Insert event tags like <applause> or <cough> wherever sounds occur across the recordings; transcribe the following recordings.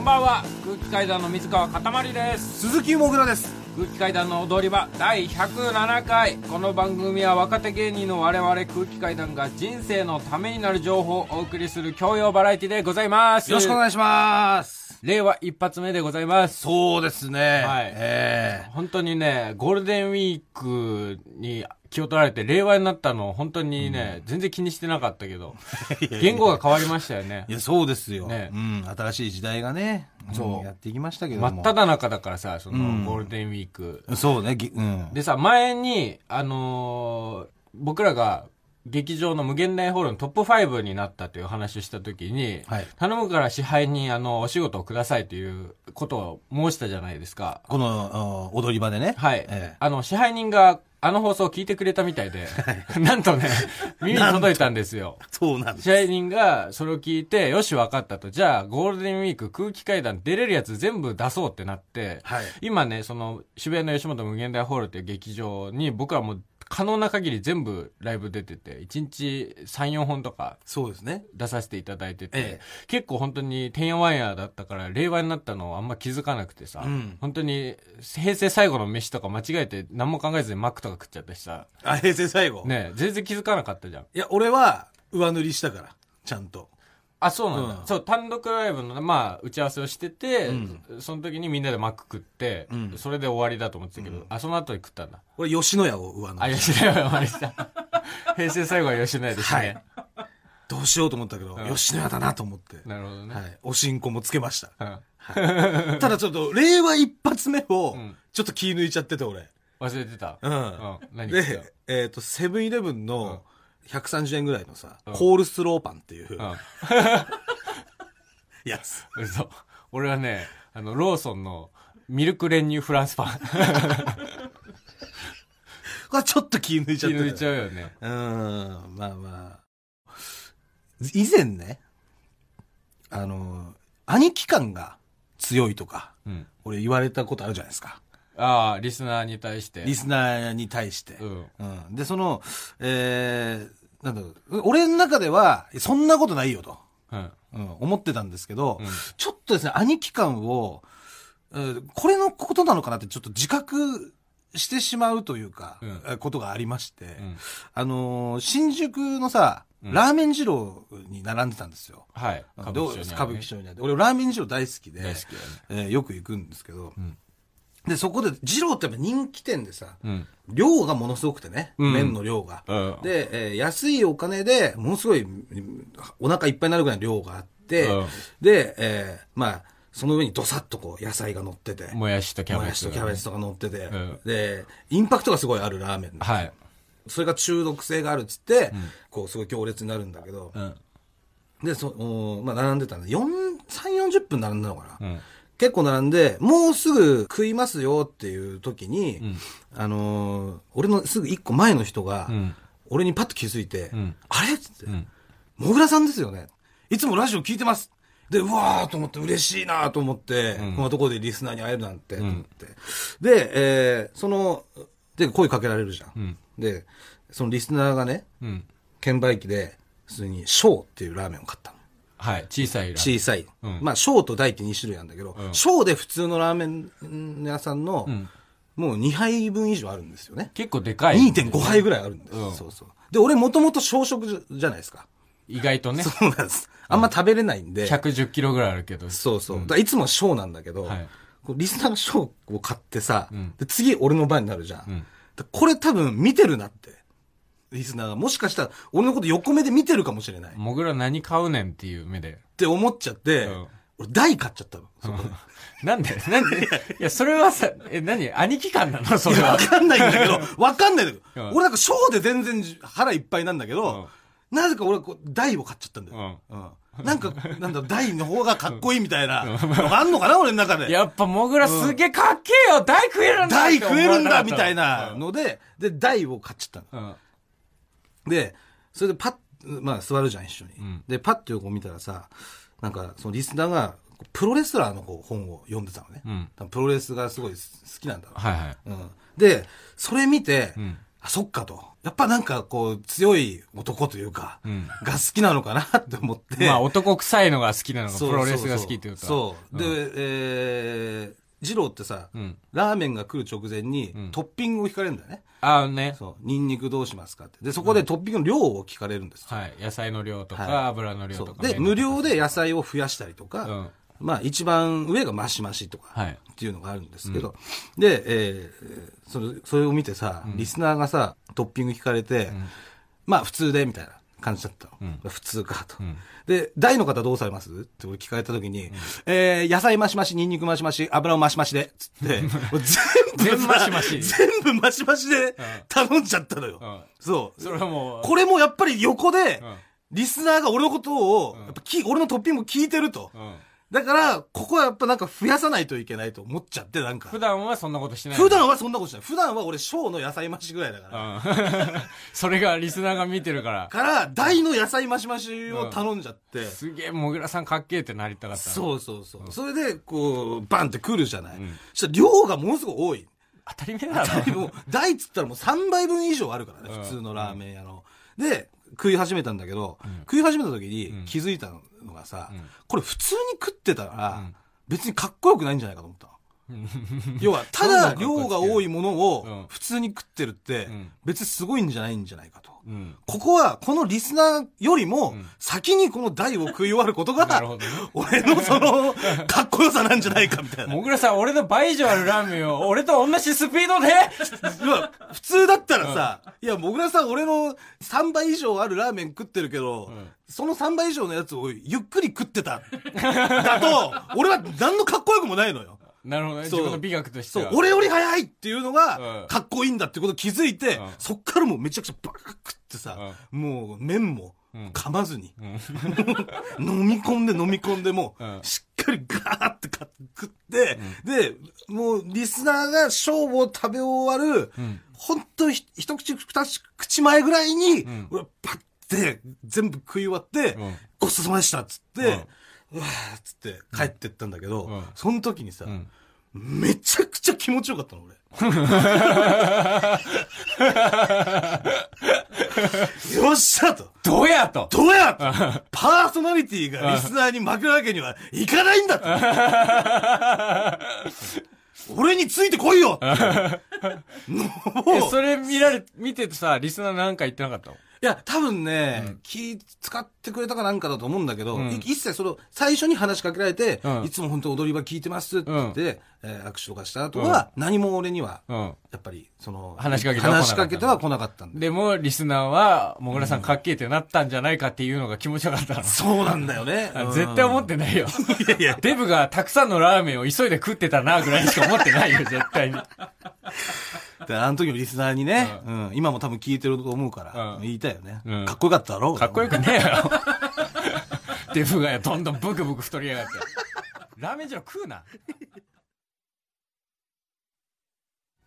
んばんは空気階段の水川かたまりです鈴木もぐらです空気階段の踊り場第107回この番組は若手芸人の我々空気階段が人生のためになる情報をお送りする教養バラエティでございますよろしくお願いします令和一発目でございますそうですねはいえ本当にねゴールデンウィークに気を取られて令和になったの本当にね、全然気にしてなかったけ <laughs> ど言語が変わりましたよねえいやそうですよ、ねうん新しい時代がねそううんやっていきましたけど真もっ只中だからさそうんのゴールデンウィーク、そうねぎうんでさ、前に、あのー僕らが劇場の無限大ホールのトップ5になったという話をした時に、はい頼むから支配人、あの、お仕事をくださいということを申したじゃないですか。このお踊り場でねはい。えあの、支配人が、あの放送を聞いてくれたみたいで、 <laughs> なんとね、耳に届いたんですよえ。そうなんです支配人がそれを聞いて、よし分かったと。じゃあ、ゴールデンウィーク空気階段出れるやつ全部出そうってなって、はい今ね、その渋谷の吉本無限大ホールっていう劇場に僕はもう可能な限り全部ライブ出てて、1日3、4本とかそうですね出させていただいてて、え結構本当にてんやわんやだったから、令和になったのをあんま気づかなくてさ、うん本当に平成最後の飯とか間違えて何も考えずにマックとか食っちゃったしさ、あ平成最後ね、全然気づかなかったじゃん。いや俺は上塗りしたからちゃんとあ、そうなんだ。うんそう、単独ライブの、まあ、打ち合わせをしてて、うんその時にみんなでマック食って、うんそれで終わりだと思ってたけど、うんあ、その後に食ったんだ。俺吉野家を上塗あ、り吉野家は終わりした。 <laughs> 平成最後は吉野家でしたね。どうしようと思ったけど、うん吉野家だなと思って、なるほどね。はい、おしんこもつけま <laughs> したうんただちょっと、令和一発目をうん、ちょっと気抜いちゃってて、俺。忘れてた。う。うんん。何食っで、えっ、と、セブンイレブンの130円ぐらいのさ、うんコールスローパンっていうたうん。やつ。 <laughs> 嘘。俺はね、あの、ローソンのミルク練乳フランスパン。これちょっと気抜い気ちゃって抜いて。ちゃうよね。うん、まあまあ。以前ね、あの、兄貴感が強いとか、うん。俺言われたことあるじゃないですか。ああ、リスナーに対して。リスナーに対して。うん。うん。で、その、えー、なんだろう、俺の中では、そんなことないよと。うん。うん、思ってたんですけど、うんちょっとですね、兄貴感を、うんこれのことなのかなってちょっと自覚してしまうというか、うんえことがありまして、うん。あのー新宿のさ、うんラーメン二郎に並んでたんですよ。はい。歌歌舞舞伎町にあるね伎町にあって。俺ラーメン二郎大好きで、大好きだね。えーよく行くんですけど、うんで、そこで二郎ってやっぱ人気店でさ、うん。量がものすごくてね、うん麺の量が。うん。で、えー安いお金でものすごいうんお腹いっぱいになるぐらいの量があって、うんで、えーまあ、その上にどさっとこう野菜が乗ってて、ももやしとキャベツ。やしとキャベツとか乗ってて、んで、インパクトがすごいあるラーメン。はい。それが中毒性があるっつって、こう、すごい強烈になるんだけど、うん。で、そおーまあ、並んでたんで、4、3、40分並んだのかな。うん。結構並んで、もうすぐ食いますよっていう時に、んあのー俺のすぐ1個前の人が、うん俺にパッと気づいて、うんあれっつって、んもぐらさんですよね。いつもラジオ聞いてます。で、うわーと思って、嬉しいなーと思って、こんなところでリスナーに会えるなんて、と思って。で、えーその、で、声かけられるじゃん。んで、そのリスナーがね、うん。券売機で、普通に、ショーっていうラーメンを買ったの。はい。小さいラ。小さい。うんまあ、小と大って2種類なんだけど、うん小で普通のラーメン屋さんの、んもう2杯分以上あるんですよね。結構でかい。 2.5杯ぐらいあるんです。うんそうそう。で、俺もともと小食じゃじゃないですか。意外とね。そうなんです。あんま食べれないんで。 110キロぐらいあるけど。そうそう。だからいつも小なんだけど、はいこうリスナーが小を買ってさ、んで次俺の番になるじゃん。でこれ多分見てるなって。リスナーがもしかしたら俺のこと横目で見てるかもしれない。っもぐら何買うねんっていう目で。て思っちゃって、うん俺大買っちゃったの。そこで <laughs> なんでなんでいや、それはさ、え、何兄貴感なのそれはわ。かんないんだけど、わかんないんだけうど、ん俺なんか小で全然腹いっぱいなんだけど、なぜか俺はこう大を買っちゃったんだよ。うんなんか、なんだろう、大の方がかっこいいみたいなのがあんのかな、俺の中で。やっぱもぐらすげえかっけえよ大食えるんだ大食えるんだみたいっなて思わので、で、大を買っちゃったの。なかっで、それでパッ、まあ座るじゃん、一緒にん。で、パッて横見たらさ、なんか、そのリスナーが、プロレスラーのこう本を読んでたのねうん。多分プロレスがすごい好きなんだろうた。うん。はいはい。うんで、それ見て、んあ、そっかと。やっぱなんかこう、強い男というか、うんが好きなのかなって思って。まあ男臭いのが好きなのが、そうプロレスが好きっていうか。そう。ん、で、えー、二郎ってさ、うんラーメンが食う直前に、トッピングを聞かれるんだよね。あのね、そう。ニンニクどうしますかって。で、そこでトッピングの量を聞かれるんですよ。はい。野菜の量とはいか、油の量そとうか。で、無料で野菜を増やしたりとか、まあ一番上がマシマシとか、はいっていうのがあるんですけど、で、えーそれ、それを見てさ、リスナーがさ、トッピング聞かれて、まあ普通で、みたいな感じだったの。普通かと。で、大の方どうされますって俺聞かれた時に、えー野菜マシマシ、ニンニクマシマシ、油をマシマシで、つって、もう全全部さ、マシマシ全部マシマシで頼んじゃったのよ。うんそう。それはもうこれもやっぱり横でん、リスナーが俺のことを、やっぱき俺のトッピングを聞いてると。うん。だから、ここはやっぱなんか増やさないといけないと思っちゃって、なんか。普段はそんなことしない。普段はそんなことしない。普段は俺、小の野菜増しぐらいだから。うん。 <laughs> それがリスナーが見てるから。から、大の野菜増し増しを頼んじゃって。すげえ、もぐらさんかっけえってなりたかった。う。そうそうそう。それで、こう、バンって来るじゃない。そしたら量がものすごい多い。当たり前だろ。 <laughs> もう、大っつったらもう3倍分以上あるからね、普通のラーメン屋の。で、食い始めたんだけど、食い始めた時に気づいたのがさ、これ普通に食ってたら、別にかっこよくないんじゃないか <laughs> と思ったの。要は、ただ量が多いものうんを普通に食ってるってん、別にすごいんじゃないんじゃないかと。うん。ここは、このリスナーよりも、先にこの台を食い終わることがなるほどね、俺のその、 <laughs> かっこよさなんじゃないかみたいな。もぐらさん、俺の倍以上あるラーメン <laughs> を、俺と同じスピードで、いや普通だったらさ、いや、もぐらさん、俺の3倍以上あるラーメン食ってるけど、その3倍以上のやつをゆっくり食ってた。だと、俺は何のかっこよくもないのよ。 <laughs> なるほどね。自そう分の美学としてそは。う、俺より早いっていうのうがん、かっこいいんだってこと気づいて、うんそっからもうめちゃくちゃバーッ食ってさ、もう麺も噛まずに、飲み込んで飲み込んでもう、うんしっかりガーってか食って、で、もうリスナーが勝負を食べ終わる、ほんとひ一口二口前ぐらいに、ん俺パッて全部食い終わって、うんごちそうさまでしたっつって、うわーっつって帰ってったんだけど、うんその時にさ、んめちゃくちゃ気持ちよかったの、 <laughs> 俺。よっしゃと。どうや <laughs> と。どうやとパーソナリティがリスナーに負けるわけにはいかないんだと。俺についてこいよえ、もうそれ見られ、見ててさ、リスナーなんか言ってなかったのいや、多分ね、気使ってくれたかなんかだと思うんだけど、んい一切その、最初に話しかけられて、うんいつも本当踊り場聞いてますって言って、えー握手とかした後は、何も俺には、うん。やっぱり、その、話しかけては来なかった話しかけては来なかったんで。でも、リスナーは、もぐらさんかっけえってなったんじゃないかっていうのが気持ちよか <laughs> ったの。。そうなんだよね <laughs> 絶対思っって <laughs> ないよ。て。いやいや、デブがたくさんのラーメンを急いで食ってたな、ぐらいしか思ってないよ、絶対に。だからあの時のリスナーにね、うん、今も多分聞いてると思うからう、ん言いたいよね、うんかっこよかっただろうかっこよくねえよ。 <laughs> デブがよ、どんどんブクブク太りやがって。ラーメン二郎食うな。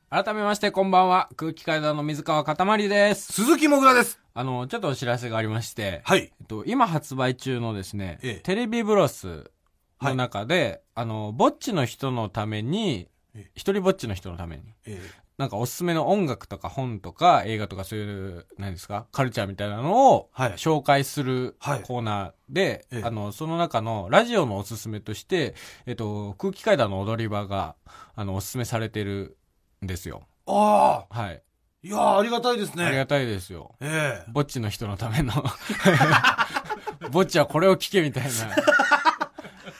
改めまして、こんばんは。空気階段の水川かたまりです。鈴木もぐらです。あの、ちょっとお知らせがありまして、はい。えっと、今発売中のですね、ええテレビブロスの中で、あの、ぼっちの人のためにええ、一人ぼっちの人のために、えなんかおすすめの音楽とか本とか映画とかそういう、何ですか、カルチャーみたいなのをはい紹介するはいコーナーで、ええあの、その中のラジオのおすすめとして、えっと、空気階段の踊り場が、あの、おすすめされてるんですよ。ー、ああ、はい。いやーありがたいですありね。がたいですよ。ええぼっちの人のための。 <laughs> ぼっちはこれを聞けみたいな。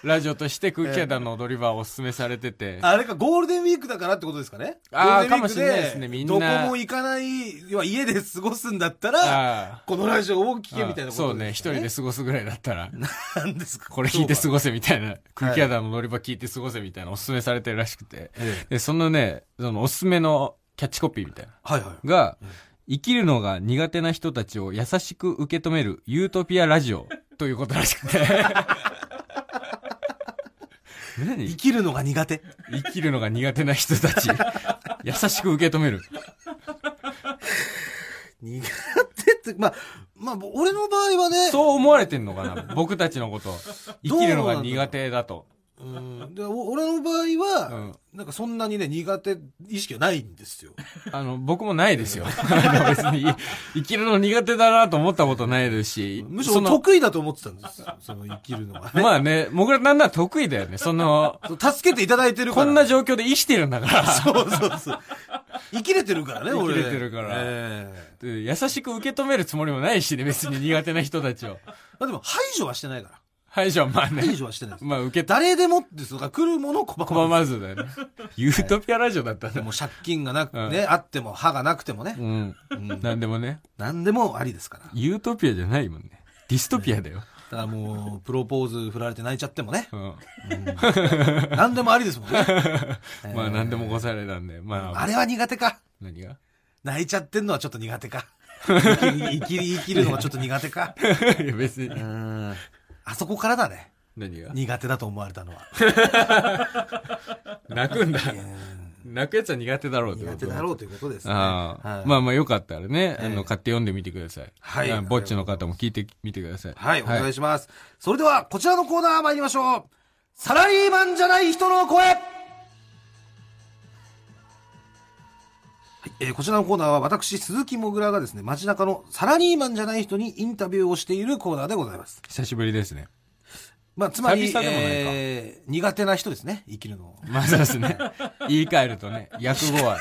ラジオとして空気階段の踊り場をおすすめされてて。 <laughs> あれか、ゴールデンウィークだからってことですかねあーゴールデンウィークかもしれないですねみんなどこも行かない、要は家で過ごすんだったら、ああこのラジオを聞けみたいなことそうね、一人で過ごすぐらいだったら。人で。なんですかこれ聞いて過ごごせみたいな、空気穴の乗り場聞いて過ごせみたいなおすすめされてるらしくて、えで、そのね、そのおすすめのキャッチコピーみたいな、はいはい。が、生きるのが苦手な人たちを優しく受け止めるユートピアラジオということらしくて。 <laughs> 何生きるのが苦手。生きるのが苦手な人たち、優しく受け止める。苦手って、まあ、まあ、俺の場合はね、そう思われてんのかな僕たちのこと。生きるのが苦手だと。うん、でお俺の場合は、なんかそんなにね、苦手意識はないんですよ。あの、僕もないですよ。 <laughs> あの別に、生きるの苦手だなと思ったことないですし。むしそろの、得意だと思ってたんですよ。その生きるのはね。まあね、僕らなんなら得意だよね。その、助けていただいてるかこら。んな状況で生きてるんだから。 <laughs> <laughs> そうそうそう。生きれてるからね、俺。生きれてるからええ優しく受け止めるつもりもないしね、別に苦手な人たちを。まあでも、排除はしてないから。はい、じゃあまあ排ね。除はしてないです。まあ受けた、誰でもですから、来るものを拒拒ままずだよね。ユートピアラジオだったんず。だもう借金がなく、ね、あっても、歯がなくてもねう。ん。なんでもね、何でもありですから。だユートピアじゃないもんね。ディストピアだよ。からもう、プロポーズ振られて泣いちゃってもね。うん。何でもありですも <laughs> んね。まあ何でもごされたんで。まあ、あれは苦手か。何が <laughs> 泣いちゃってんのはちょっと苦手か。生きる生きる生きるのはちょっと苦手か。いや別にう。ん。あそこからだね。何が苦手だと思われたのは。泣くんだ。うん泣くやつは苦手だろうってこ苦と手だろうということですね。ああ、はいまあまあよかったらね、ええあの、買って読んでみてください。はいあぼっちの方も聞いてみてください。はい、お願いします。それでは、こちらのコーナー参りましょう。サラリーマンじゃない人の声はいえーこちらのコーナーは私、鈴木もぐらがですね、街中のサラリーマンじゃない人にインタビューをしているコーナーでございます。久しぶりですね。まあ、つまり、久々でもないかえー苦手な人ですね、生きるの。まあそうですね。言い換えるとね、訳語は、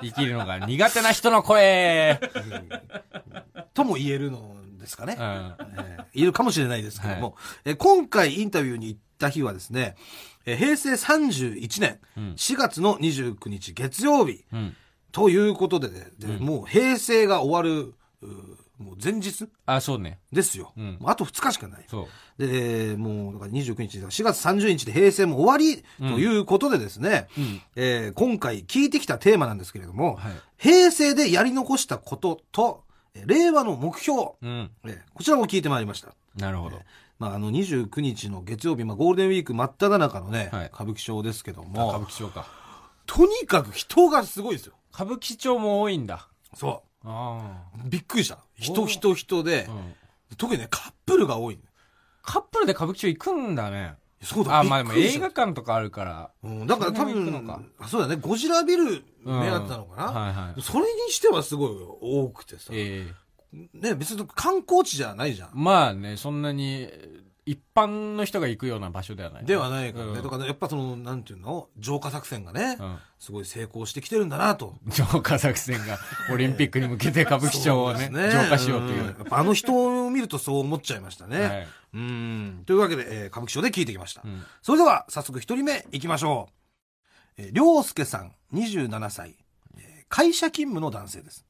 生きるのが苦手な人の声とも言えるのですかね。うん。えーいるかもしれないですけども、えー今回インタビューに行った日はですね、えー平成31年4月の29日月曜日んということで,、ねでもう平成が終わる、うーもう前日あ、そうね。ですよ。んもうあと2日しかない。そう。で、もう、だから29日、4月30日で平成も終わりということでですね、えー今回聞いてきたテーマなんですけれども、はい平成でやり残したことと、えー令和の目標、うん。えーこちらを聞いてまいりました。なるほど。まあ、あの29日の月曜日、まあ、ゴールデンウィーク真っ只中のね、はい歌舞伎町ですけどあ歌舞も、伎町か。とにかく人がすごいですよ。歌舞伎町も多いんだ。そあう。びっくりした。人、人、人であ。う、ん。特にね、カップルが多い。カップルで歌舞伎町行くんだね。そうだ、あ、びまあっでもくり映し画た。館とかあるから。うん、だから多それも行くの分かあそうだね、ゴジラビル目当てなのかな、うんはいはいそれにしてはすごい多くてさ、ええね、別に観光地じゃないじゃん。まあね、そんなに、一般の人が行くような場所ではない。ではないからね。うんだからやっぱその、なんていうの浄化作戦がね、うんすごい成功してきてるんだなと。 <laughs> 浄化作戦がオリンピックに向けて歌舞伎町をね、そうです浄化しようといんやう。っぱあの人を見るとそう思っちゃいましたね。はいうん。というわけで、えー歌舞伎町で聞いてきました。うんそれでは、早速一人目行きましょう。えー、涼介さん、27歳、えー会社勤務の男性です。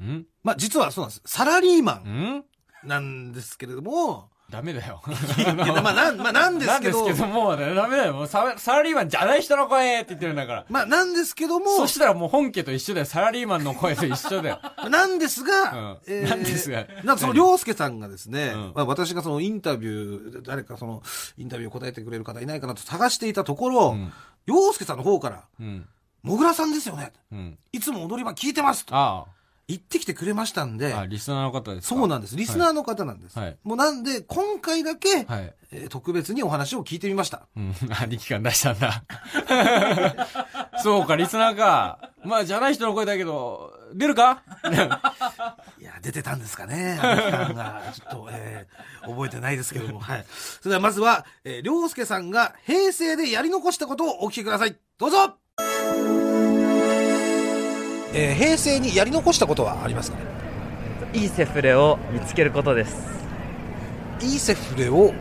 うんまあ、実はそうなんです。サラリーマうンんなんですけれ <laughs> ども、ダメだよ。いやまあ、なん、まあ、なんでなすんけですどけ、ど、もうねダメだよ。もうササラリーマンじゃない人の声って言ってるんだから。まあ、なんですけども、そしたらもう本家と一緒だよ。サラリーマンの声と一緒だよ。なんですが、うんなんですがなんかその、良介さんがですね、うんまあ、私がそのインタビュー、誰かその、インタビューを答えてくれる方いないかなと探していたところ、ん良介さんの方から、うん。もぐらさんですよね。うん。いつも踊り場聞いてますとあ言ってきてくれましたんであ。、あ、リスナーの方ですかそうなんです。リスナーの方なんです。はいもうなんで、今回だけ、はい。えー特別にお話を聞いてみました。うん。あ、力感出したんだ。そうか、リスナーか。まあ、じゃない人の声だけど、出る <laughs> かいや、出てたんですかね。あの期間 <laughs> が、ちょっと、えー覚えてないですけども。はい。それではまずは、えー、良介さんが平成でやり残したことをお聞きください。どうぞえー平成にやり残したことはありますかねいいセフレを見つけることですいいセフレを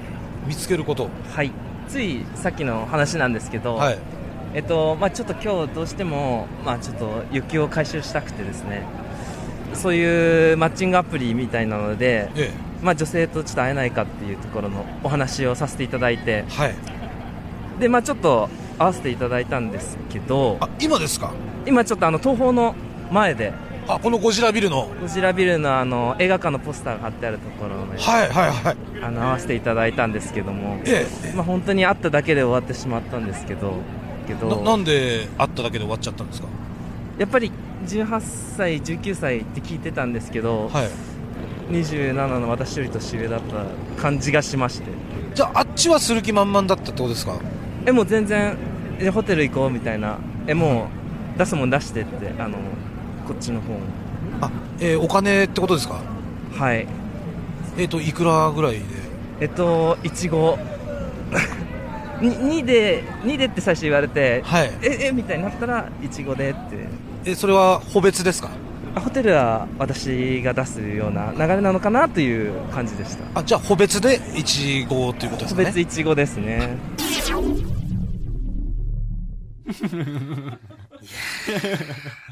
見つけること。はいついさっきの話なんですけど、はい。えっとまあ、ちょっと今日どうしても、まあ、ちょっと雪を回収したくてですねそういうマッチングアプリみたいなので、えまあ、女性とちょっと会えないかっていうところのお話をさせていただいえ。てはい。で、まあ、ちょっと会わせていただいたんですけどあ、今ですか今ちょっとあの東宝の前であ、このゴジラビルの。こちらビルのあの映画館のポスターが貼ってあるところのはいはいはい。あの会わせていただいたんですけども、えまあ、本当に会っただけで終わってしまったんですけどけえ。ななどんで会っただけで終わっちゃったんですかやっぱり18歳19歳って聞いてたんですけど、はい。 27の私より年上だった感じがしましてじゃあ、あっちはする気満々だったってことですかえもう全然えホテル行こうみたいなえもう出すもん出してってあのこっちの方もあ、えーお金ってことですかはいえっ、といくらぐらいでえっといちご2で2でって最初言われて、はいええみたいになったらいちごでってえそれは個別ですかあホテルは私が出すような流れなのかなという感じでしたあじゃあ個別でいちごということですか個ね別いちごですね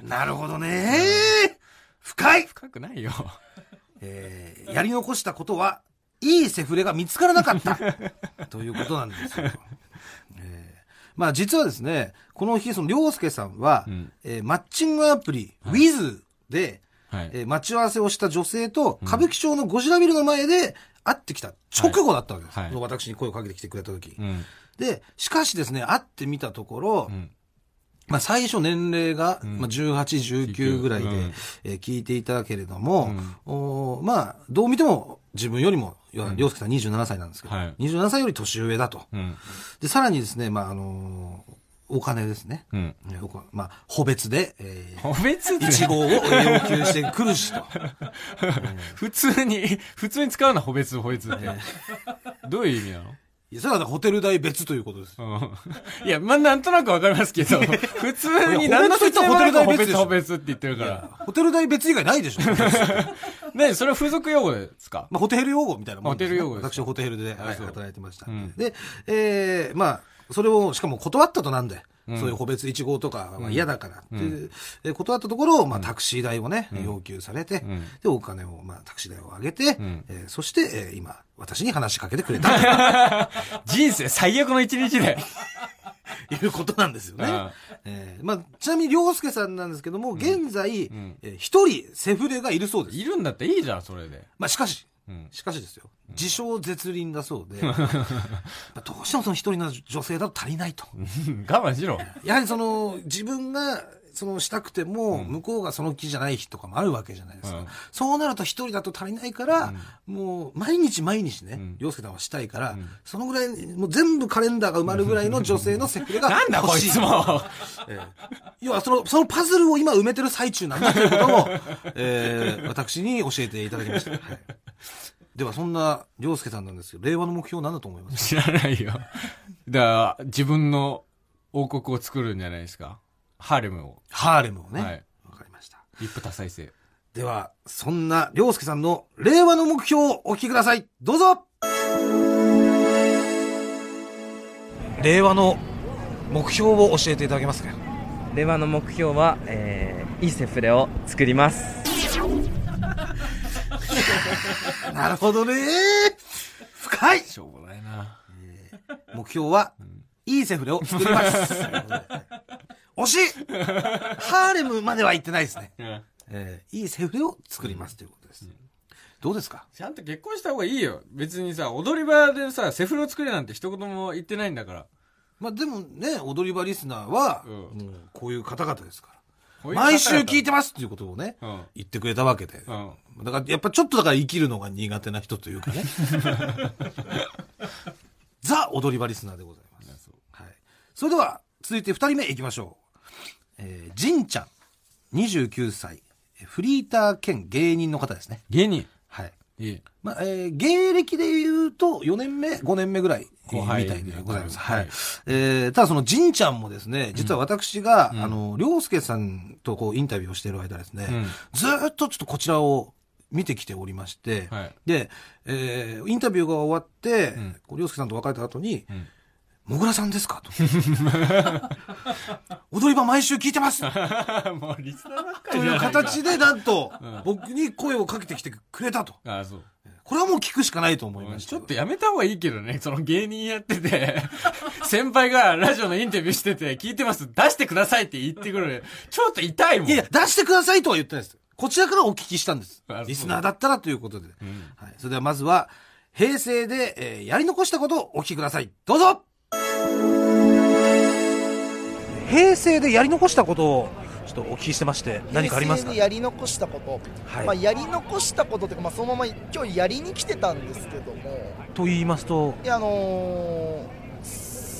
なるほどね。深い、深くないよ。えーやり残したことは、いいセフレが見つからなかった。 <laughs> ということなんですよ。えーまあ実はですね、この日、その、良介さんは、うんえーマッチングアプリ、Wiz で、はい。えー待ち合わせをした女性と、歌舞伎町のゴジラビルの前で会ってきた直後だったわけです。はいはい私に声をかけてきてくれた時、うん。で、しかしですね、会ってみたところ、うん。まあ、最初年齢が、んまあ、18、19ぐらいで、うんえー聞いていたけれども、おーまあ、どう見ても自分よりも、要は凌介さん27歳なんですけど、はい27歳より年上だと。うん。で、さらにですね、まあ、あのーお金ですね。うん。えーお金まあ、個別で、えー別いにちごを要求してくるしと。普通に、 <laughs> 普通に使うの、補別、補別って。どういう意味なのいや、それはねホテル代別ということです。うんいや、まあ、なんとなくわかりますけど、普通に何の説明もなく補別、補別って言ってるから。ホテル代別以外ないで <laughs> しょ。ね、それは付属用語ですかまあ、ホテル用語みたいなもんですねホテル用語です私はホテルで、はいそう働いてました、うんで、えー、まあ、それを、しかも断ったとなんで、そういう個別一号とかは嫌だからっていう、えー断ったところを、まあ、タクシー代をね、要求されて、んで、お金を、まあ、タクシー代を上げて、んえーそして、えー今、私に話しかけてくれたと人生最悪の一日で。 <laughs> いうことなんですよねああ。えーまあ、ちなみに、良介さんなんですけども、現在、一、んえー一人セフレがいるそうです。いるんだったらいいじゃん、それで。まあ、しかし、うん。しかしですよ、自称絶倫だそう <laughs> で、まあどうしてもその一人の女性だと足りないと。我慢しろ。やはりその、自分が、そのしたくても、向こうがその気じゃない日とかもあるわけじゃないですか。うんそうなると一人だと足りないから、もう毎日毎日ね、洋、介さんはしたいから、そのぐらい、もう全部カレンダーが埋まるぐらいの女性のセフレがなんだ、こ欲いしい。つも。要はその、そのパズルを今埋めてる最中なんだということを、えー私に教えていただきました。はい、では、そんな、良介さんなんですけど、令和の目標は何だと思います知らないよ。だから、自分の王国を作るんじゃないですか。ハーレムを。ハーレムをね。はいわかりました。一夫多妻制。では、そんな、良介さんの令和の目標をお聞きください。どうぞ令和の目標を教えていただけますか令和の目標は、えーいいセフレを作りますなるほどね深いしょうもないな。目標は、いいセフレを作り <laughs> ます。惜しいハーレムまでは行ってないですね。うん。えーいいセフレを作りますということです。どうですかちゃんと結婚した方がいいよ。別にさ、踊り場でさ、セフレを作れなんて一言も言ってないんだから。まあでもね、踊り場リスナーは、うんもうこういう方々ですから。こういう方々毎週聞いてますっていうことをね、うん言ってくれたわけで。うん。だから、やっぱちょっとだから生きるのが苦手な人というかね。 <laughs> ザ・踊り場リスナーでございます。はい。それでは、続いて2人目いきましょう。えー、じんちゃん、29歳、フリーター兼芸人の方ですね。芸人。はい。いい。まあ、えー芸歴で言うと、4年目、5年目ぐらい、えー後輩みたいでございます。ははいい。えーただその、じんちゃんもですね、実は私が、あの、りょうすけさんとこう、インタビューをしている間ですね、うんずーっとちょっとこちらを見てきておりまして、はいで、えーインタビューが終わってん、こうりょうすけさんと別れた後に、んもぐらさんですかと。 <laughs> 踊り場毎週聞いてます <laughs> もうリスナーばっかとりじゃないういか形で、なんと、僕に声をかけてきてくれたと。ああ、そう。これはもう聞くしかないと思いました。ちょっとやめた方がいいけどね、その芸人やってて、 <laughs> 先輩がラジオのインタビューしてて、聞いてます、出してくださいって言ってくる。ちょっと痛いもん。いやいや、出してくださいとは言ってないです。こちらからお聞きしたんですあそう。リスナーだったらということで。はい、それではまずは、平成で、えーやり残したことをお聞きください。どうぞ平成でやり残したことをちょっとお聞きしてまして何かありますか平成でやり残したこと、はいまあ、やり残したことというか、まあ、そのまま今日やりに来てたんですけどもと言いますといやあのー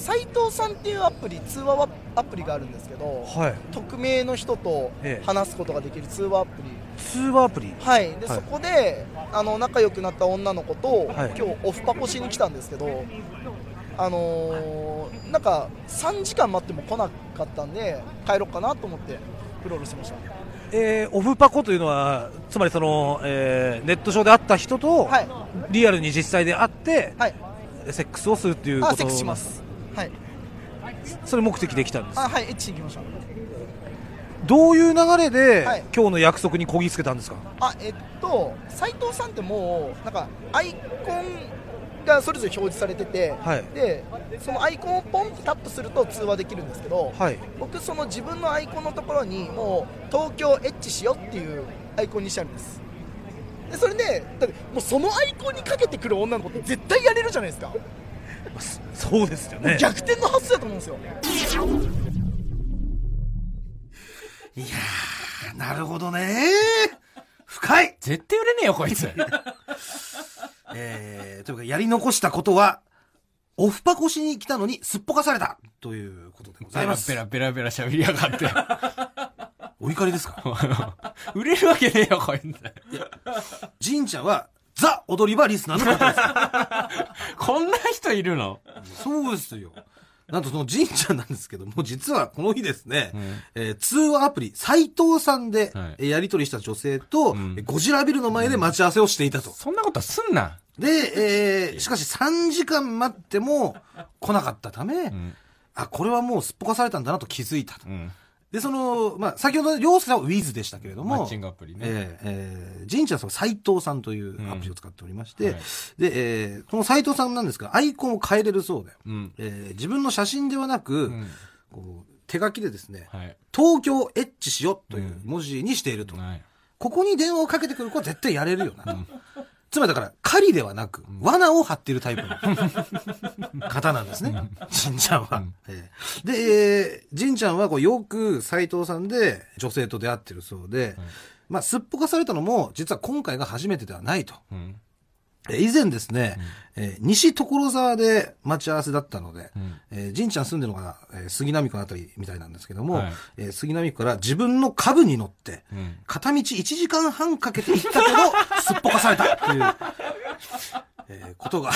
斎藤さんっていうアプリ通話アプリがあるんですけど、はい匿名の人とええ話すことができる通話アプリ、通話アプリはいではいそこであの仲良くなった女の子と、はい今日オフパコしに来たんですけど、あのーなんか3時間待っても来なかったんで帰ろうかなと思ってフロールしましたえーオフパコというのはつまりその、えーネット上で会った人と、はいリアルに実際で会って、はいセックスをするっていうこあとセックスしますはいそれ目的で来たんですあはいエッチ行きましたどういう流れで、はい今日の約束にこぎつけたんですかあえっと斉藤さんってもうなんかアイコンがそれぞれ表示されてて、はいでそのアイコンをポンとタップすると通話できるんですけど、はい僕その自分のアイコンのところにもう東京エッチしようっていうアイコンにしてあるんですでそれでだってもうそのアイコンにかけてくる女の子って絶対やれるじゃないですか、そうですよね逆転の発想だと思うんですよなるほどね。深い絶対売れねえよ、こいつ。えー、というか、やり残したことは、オフパコしに来たのにすっぽかされたということでございますペ。ラペラペラペラ喋りやがって。 <laughs> お怒りですか売れるわけねえよ、こいつ。神社は、ザ踊り場リスナーの方です。こんな人いるの <laughs> そうですよ。なんとその神社なんですけども、実はこの日ですね、んえー通話アプリ、斎藤さんで、はいえーやり取りした女性と、んえーゴジラビルの前で待ち合わせをしていたと。そんなことすんな。で、えーしかし3時間待っても来なかったため、んあ、これはもうすっぽかされたんだなと気づいたと。うん。で、その、まあ、先ほど、りょうすけさんはウィズでしたけれども、マッチングアプリねえええー、神社さんは斎藤さんというアプリを使っておりまして、うんはいで、えーこの斎藤さんなんですが、アイコンを変えれるそうで、うん。えー自分の写真ではなく、んこう手書きでですね、はい。東京エッチしよという文字にしていると。はい。ここに電話をかけてくる子は絶対やれるよなと。つまりだから、狩りではなく、罠を張っているタイプ <laughs> の方なんですね。じんちゃんは。ええで、えーじんちゃんはこうよく斎藤さんで女性と出会ってるそうで、まあ、すっぽかされたのも、実は今回が初めてではないと。うん。え以前ですね、えー西所沢で待ち合わせだったので、んえーじんちゃん住んでるのが、えー杉並区のあたりみたいなんですけども、はいえー杉並区から自分の株に乗って、うん片道1時間半かけて行ったけ <laughs> ど、すっぽかされたっていう、えーことが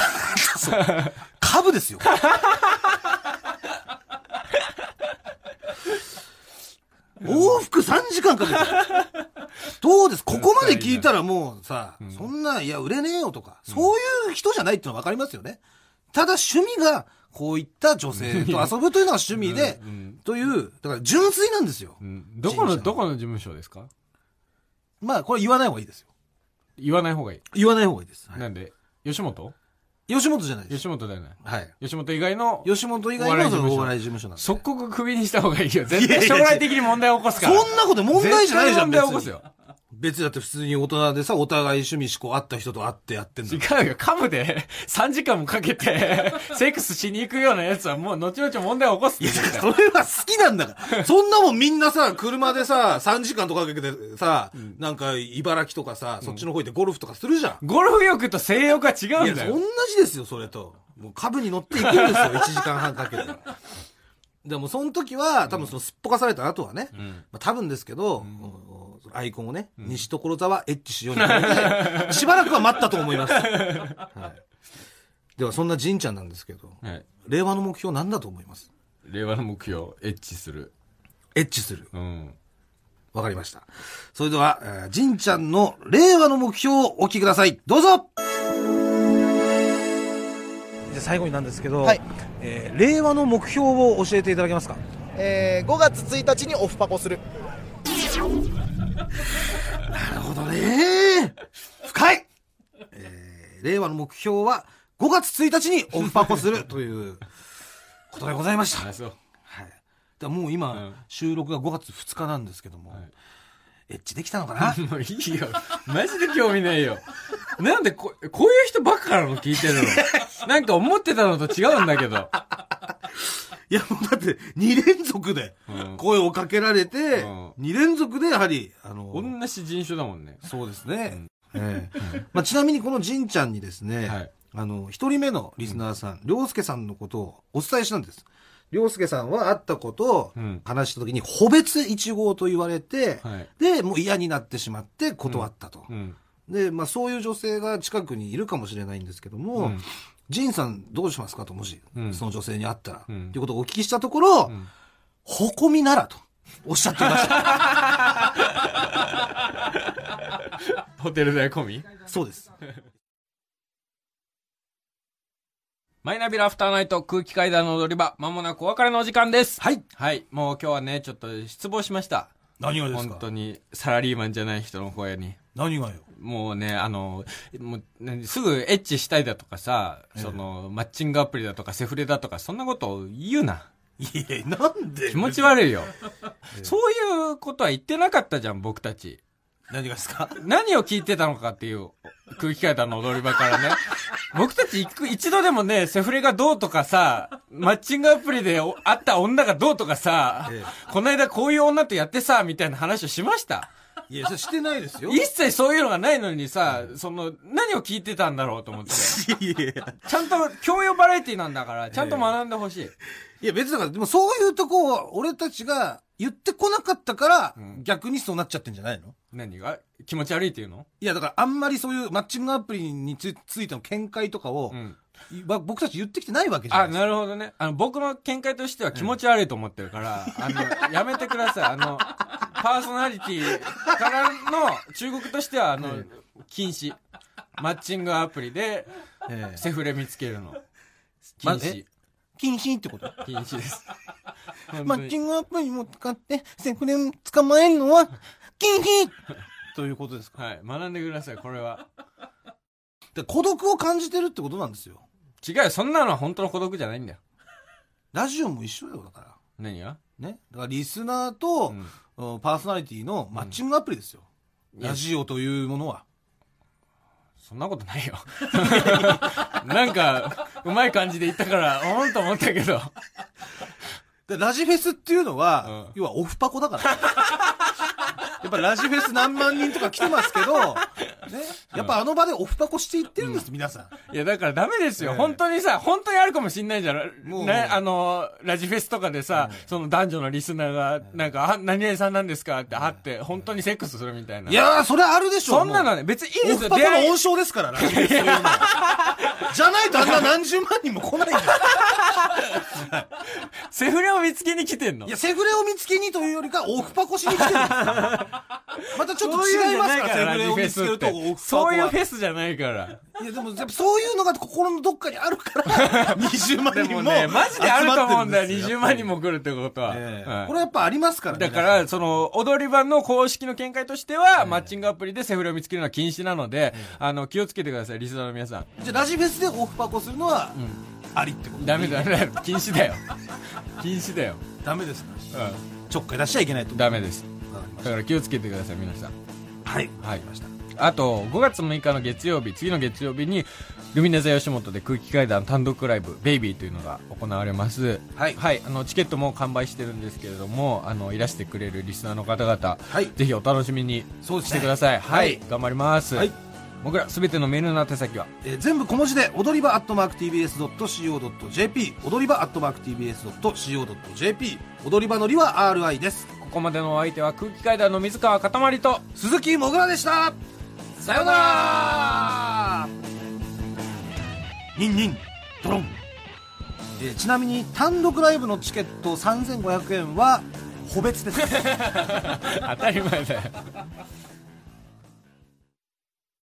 そう、株ですよ。往復3時間かけて。どうですここまで聞いたらもうさ、そんな、いや、売れねえよとか、そういう人じゃないってのはわかりますよね。ただ趣味が、こういった女性と遊ぶというのが趣味で、という、だから純粋なんですよう。ん。どこの、神社どこの事務所ですかまあ、これ言わない方がいいですよ。言わない方がいい。言わない方がいいです。なんで、吉本吉本じゃないです。吉本だよね。はい。吉本以外の、吉本以外のそのお笑い事務所なんで。そ即刻クビにした方がいいよ。絶対将来的に問題を起こすから。んなこと問題じゃないじゃん、絶対問題起こすよ。別にだって普通に大人でさ、お互い趣味思考あった人と会ってやってんだから違うよ。噛むで、3時間もかけ <laughs> て、セックスしに行くようなやつはもう後々問題を起こすって言うんだよ。それは好きなんだ <laughs> から。そんなもんみんなさ、車でさ、3時間とかかけてさ、なんか茨城とかさ、そっちの方行ってゴルフとかするじゃん。ゴルフ欲と性欲は違いうんや、だ同よ。じですよ、それと。もう株に乗っていくんですよ、1時 <laughs> 間半かけて。でも、その時は、多分そのすっぽかされた後はね、まあ、多分ですけど、おおアイコンをね、西所沢エッチしように変えて、しばらくは待ったと思い <laughs> ます。はい、では、そんなじんちゃんなんですけど、はい。令和の目標なんだと思います令和の目標、エッチする。エッチする。うん。わかりました。それでは、えーじんちゃんの令和の目標をお聞きください。どうぞじゃあ最後になんですけど、はいえー令和の目標を教えていただけますかえー5月1日にオフパコするなるほどね。深い、えー令和の目標は5月1日にオフパコするということでございました。あ、そう。はい、だからもう今、うん収録が5月2日なんですけども、はいエッチできたのかな <laughs> もういいよ。マジで興味ないよ。なんでこ、こういう人ばっかなの聞いてるの。なんか思ってたのと違うんだけど。いやもうだって2連続でうん声をかけられて、うん2連続でやはりあの同じ人種だもんね。そうですね、ええまあ、ちなみにこのじんちゃんにですね、はいあの、一人目のリスナーさん、良、介さんのことをお伝えしたんです。良介さんは会ったことをうん話した時に、個別1号と言われて、はいで、もう嫌になってしまって断ったと。うん。で、まあそういう女性が近くにいるかもしれないんですけども、んジンさんどうしますかと、もし、うんその女性に会ったら、うんということをお聞きしたところ、ん誇りならとおっしゃっていま <laughs> した。ホテル代込みそうです。マイナビラフターナイト空気階段の踊り場、まもなくお別れのお時間です。はい。はい。もう今日はね、ちょっと失望しました。何がです本当かに、サラリーマンじゃない人の声に。何がよ。もうね、あの、もうねすぐエッチしたいだとかさ、その、マッチングアプリだとかセフレだとか、そんなことを言うな。いえ、なんで気持ち悪いよ。そういうことは言ってなかったじゃん、僕たち。何がですか何を聞いてたのかっていう空気階段の踊り場からね。僕たち一く一度でもね、セフレがどうとかさ、マッチングアプリでお会った女がどうとかさ、えこの間こういう女とやってさ、みたいな話をしました。いや、それしてないですよ。一切そういうのがないのにさ、その、何を聞いてたんだろうと思って。ちいやゃんと、教養バラエティなんだから、ちゃんと学んでほしい。いや別にだから、でもそういうとこを俺たちが言ってこなかったから、ん逆にそうなっちゃってんじゃないの何が気持ち悪いっていうのいやだからあんまりそういうマッチングアプリにつついての見解とかをう、ん。ば僕たち言ってきてないわけじゃあ、ないですなるほどね。あの、僕の見解としては気持ち悪いと思ってるから、あの、やめてください。あの、パーソナリティからの、中国としては、あの、禁止。マッチングアプリで、か。ええセフレ見つけるの。禁ま止え。禁止ってこと禁止 <laughs> です。マッチングングアプリも使って、セフレを捕まえるのは、禁止ということですか。はい。学んでください、これは。で孤独を感じてるってことなんですよ。違うよ、そんなのは本当の孤独じゃないんだよ。ラジオも一緒よ、だか何がら。ね。だからリスナーと、うんパーソナリティのマッチングアプリですよ。うんラジオというものは。そんなことないよ。 <laughs> なんか、うまい感じで言ったから、おーんと思ったけど。でラジフェスっていうのは、うん要はオフパコだから。 <laughs> やっぱラジフェス何万人とか来てますけど、ね、やっぱあの場でオフパコしていってるんです、皆さん。いや、だからダメですよ。ええ本当にさ、本当にあるかもしんないじゃん。もうね、あの、ラジフェスとかでさ、その男女のリスナーが、なんか、あ、何々さんなんですかって、あって、本当にセックスするみたいな。い、やー、それあるでしょそんなのね。ね、別にいいでオすフよ、パコ出の会い温。床です <laughs> から、ラジフェスっていうのはじゃないとあんな何十万人も来ないんですセフレを見つけに来てんのいや、セフレを見つけにというよりか、オフパコしに来てるんですまたちょっと違いますから、セフレを見つけるとオフパコは。そういうフェスじゃないから。いや、でも、やっぱそういうのが心のどっかにある <laughs> から、20万で人もも。ね、マジであると思うんだよ、20万人。も来るってことは。ええはいこれやっぱありますからね。だから、その、踊り場の公式の見解としては、マッチングアプリでセフレを見つけるのは禁止なので、あの、気をつけてください、リスナーの皆さん。じゃあラジフェスでオフパコするのは、ありってことダメだ、ダ <laughs> メだ、禁止だよ。禁止だよ。ダメですかうちょっかい出しちゃいけないとん。。ダメです。わかりましだから気をつけてください、皆さん。たはい。はいわかりました。あと、5月6日の月曜日、次の月曜日に、ルミネ座吉本で空気階段単独ライブ、ベイビーというのが行われます。はいあの、チケットも完売してるんですけれども、あの、いらしてくれるリスナーの方々、はいぜひお楽しみにそうですしてねください。ははいい。頑張ります。はい僕ら、すべてのメールの宛先は、えー全部小文字で踊り場アットマーク TBS.CO.JP 踊り場アットマーク TBS.CO.JP 踊り場のりは RI ですここまでのお相手は空気階段の水川かたまり <laughs> と、鈴木もぐらでしたさようならニンニンドロン、えーちなみに単独ライブのチケット3500円は個別です当たり前だよ。